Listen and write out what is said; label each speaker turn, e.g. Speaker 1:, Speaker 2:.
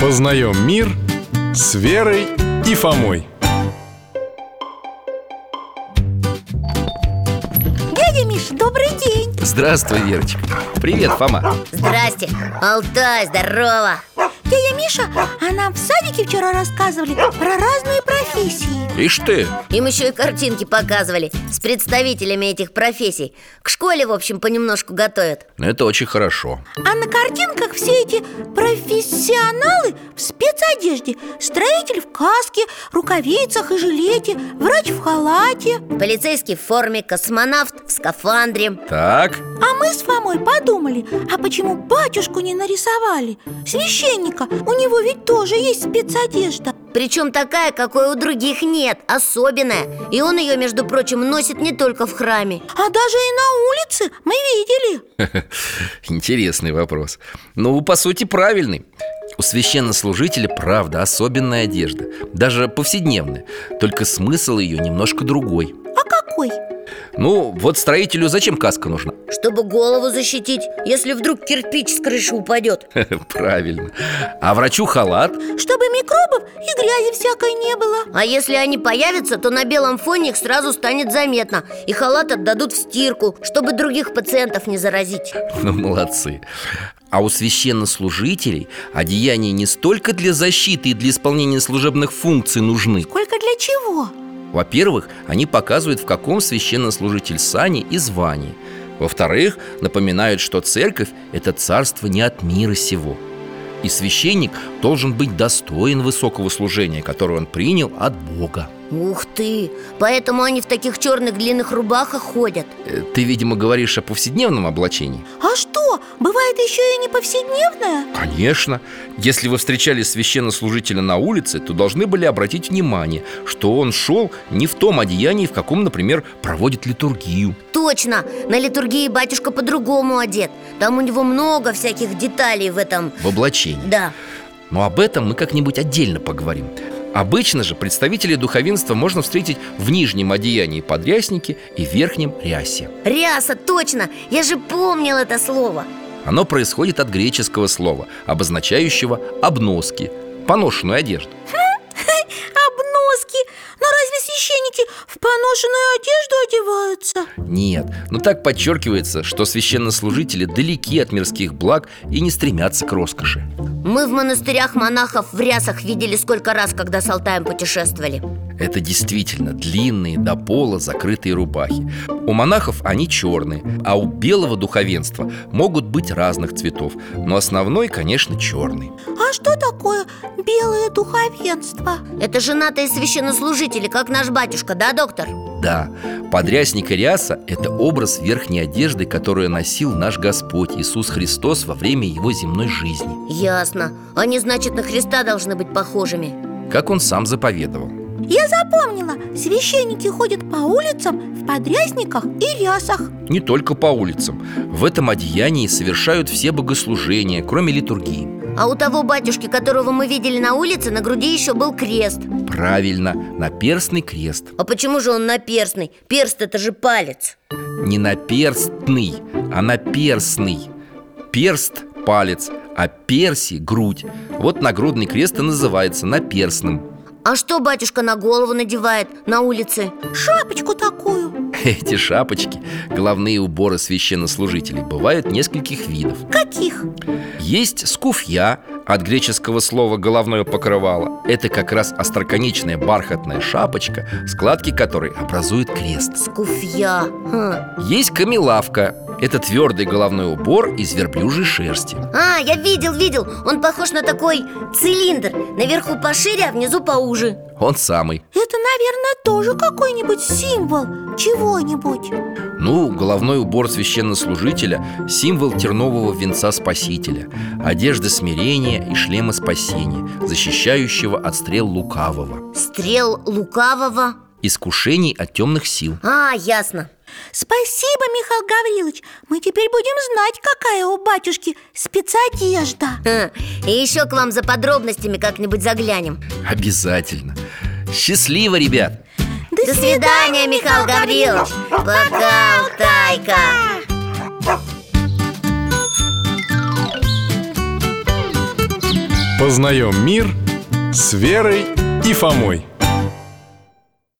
Speaker 1: Познаем мир с Верой и Фомой.
Speaker 2: Дядя Миш, добрый день
Speaker 3: Здравствуй, Верочка Привет, Фома
Speaker 4: Здрасте, Алтай, здорово
Speaker 2: Дядя Миша, а нам в садике вчера рассказывали про разные профессии
Speaker 3: Ишь ты,
Speaker 4: Им еще и картинки показывали с представителями этих профессий К школе, в общем, понемножку готовят
Speaker 3: это очень хорошо
Speaker 2: А на картинках все эти профессионалы в спецодежде Строитель в каске, рукавицах и жилете, врач в халате
Speaker 4: Полицейский в форме, космонавт в скафандре
Speaker 3: Так,
Speaker 2: А мы с Фомой подумали, а почему батюшку не нарисовали? Священника, у него ведь тоже есть спецодежда
Speaker 4: Причем такая, какой у других нет, особенная И он ее, между прочим, носит не только в храме
Speaker 2: А даже и на улице мы видели
Speaker 3: интересный вопрос Ну, по сути, правильный у священнослужителя, правда, особенная одежда Даже повседневная Только смысл ее немножко другой
Speaker 2: А какой?
Speaker 3: Ну, вот строителю зачем каска нужна?
Speaker 4: Чтобы голову защитить, если вдруг кирпич с крыши упадет
Speaker 3: Правильно А врачу халат?
Speaker 2: Чтобы микробов и грязи всякой не было
Speaker 4: А если они появятся, то на белом фоне их сразу станет заметно И халат отдадут в стирку, чтобы других пациентов не заразить
Speaker 3: Ну, молодцы А у священнослужителей одеяния не столько для защиты и для исполнения служебных функций нужны
Speaker 2: Сколько для чего?
Speaker 3: Во-первых, они показывают, в каком священнослужитель сани и звании. Во-вторых, напоминают, что церковь – это царство не от мира сего. И священник должен быть достоин высокого служения, которое он принял от Бога.
Speaker 4: Ух ты! Поэтому они в таких черных длинных рубахах ходят
Speaker 3: Э, Ты, видимо, говоришь о повседневном облачении?
Speaker 2: А что, бывает еще и не повседневное?
Speaker 3: Конечно. Если вы встречали священнослужителя на улице, то должны были обратить внимание, что он шел не в том одеянии, в каком, например, проводит литургию.
Speaker 4: Точно! На литургии батюшка по-другому одет Там у него много всяких деталей в этом
Speaker 3: В облачении.
Speaker 4: Да,
Speaker 3: Но об этом мы как-нибудь отдельно поговорим. Обычно же представителей духовенства можно встретить в нижнем одеянии подрясники и верхнем рясе.
Speaker 4: ряса, точно! Я же помнил это слово
Speaker 3: Оно происходит от греческого слова, обозначающего обноски, поношенную одежду.
Speaker 2: Обноски Но разве священники в поношенную одежду одеваются?
Speaker 3: Нет, но так подчеркивается, что священнослужители далеки от мирских благ и не стремятся к роскоши.
Speaker 4: Мы в монастырях монахов в рясах видели сколько раз, когда с Алтаем путешествовали
Speaker 3: Это действительно длинные до пола закрытые рубахи. У монахов они черные, а у белого духовенства могут быть разных цветов, но основной, конечно, черный.
Speaker 2: А что такое белое духовенство?
Speaker 4: Это женатые священнослужители, как наш батюшка, да, доктор?
Speaker 3: Да, подрясник и ряса – это образ верхней одежды, которую носил наш Господь Иисус Христос во время Его земной жизни,
Speaker 4: Ясно. Они, значит, на Христа должны быть похожими.
Speaker 3: как Он сам заповедовал.
Speaker 2: Я запомнила, священники ходят по улицам в подрясниках и рясах
Speaker 3: Не только по улицам. В этом одеянии совершают все богослужения, кроме литургии.
Speaker 4: А у того батюшки, которого мы видели на улице, на груди еще был крест.
Speaker 3: Правильно, наперстный крест.
Speaker 4: А почему же он наперстный? Перст это же палец.
Speaker 3: Не наперстный, а наперстный Перст – палец, а перси – грудь Вот нагрудный крест и называется наперстным
Speaker 4: А что батюшка на голову надевает на улице?
Speaker 2: Шапочку такую
Speaker 3: Эти шапочки, главные уборы священнослужителей, бывают нескольких видов
Speaker 2: Каких?
Speaker 3: Есть скуфья, от греческого слова «головное покрывало» Это как раз остроконечная бархатная шапочка, складки которой образуют крест
Speaker 4: Скуфья. Хм.
Speaker 3: Есть камелавка, это твердый головной убор из верблюжьей шерсти
Speaker 4: А, я видел, видел. Он похож на такой цилиндр. Наверху пошире, а внизу поуже.
Speaker 3: Он самый
Speaker 2: Это, наверное, тоже какой-нибудь символ чего-нибудь
Speaker 3: Ну, головной убор священнослужителя – символ тернового венца Спасителя Одежда смирения и шлема спасения, защищающего от стрел лукавого
Speaker 4: Стрел лукавого.
Speaker 3: Искушений от темных сил
Speaker 4: А, ясно.
Speaker 2: Спасибо, Михаил Гаврилович Мы теперь будем знать, какая у батюшки спецодежда
Speaker 4: Ха. И еще к вам за подробностями как-нибудь заглянем.
Speaker 3: Обязательно Счастливо, ребят!
Speaker 2: До,
Speaker 4: До свидания, Михаил Гаврилович. Пока, Алтайка.
Speaker 3: Познаем мир с Верой и Фомой.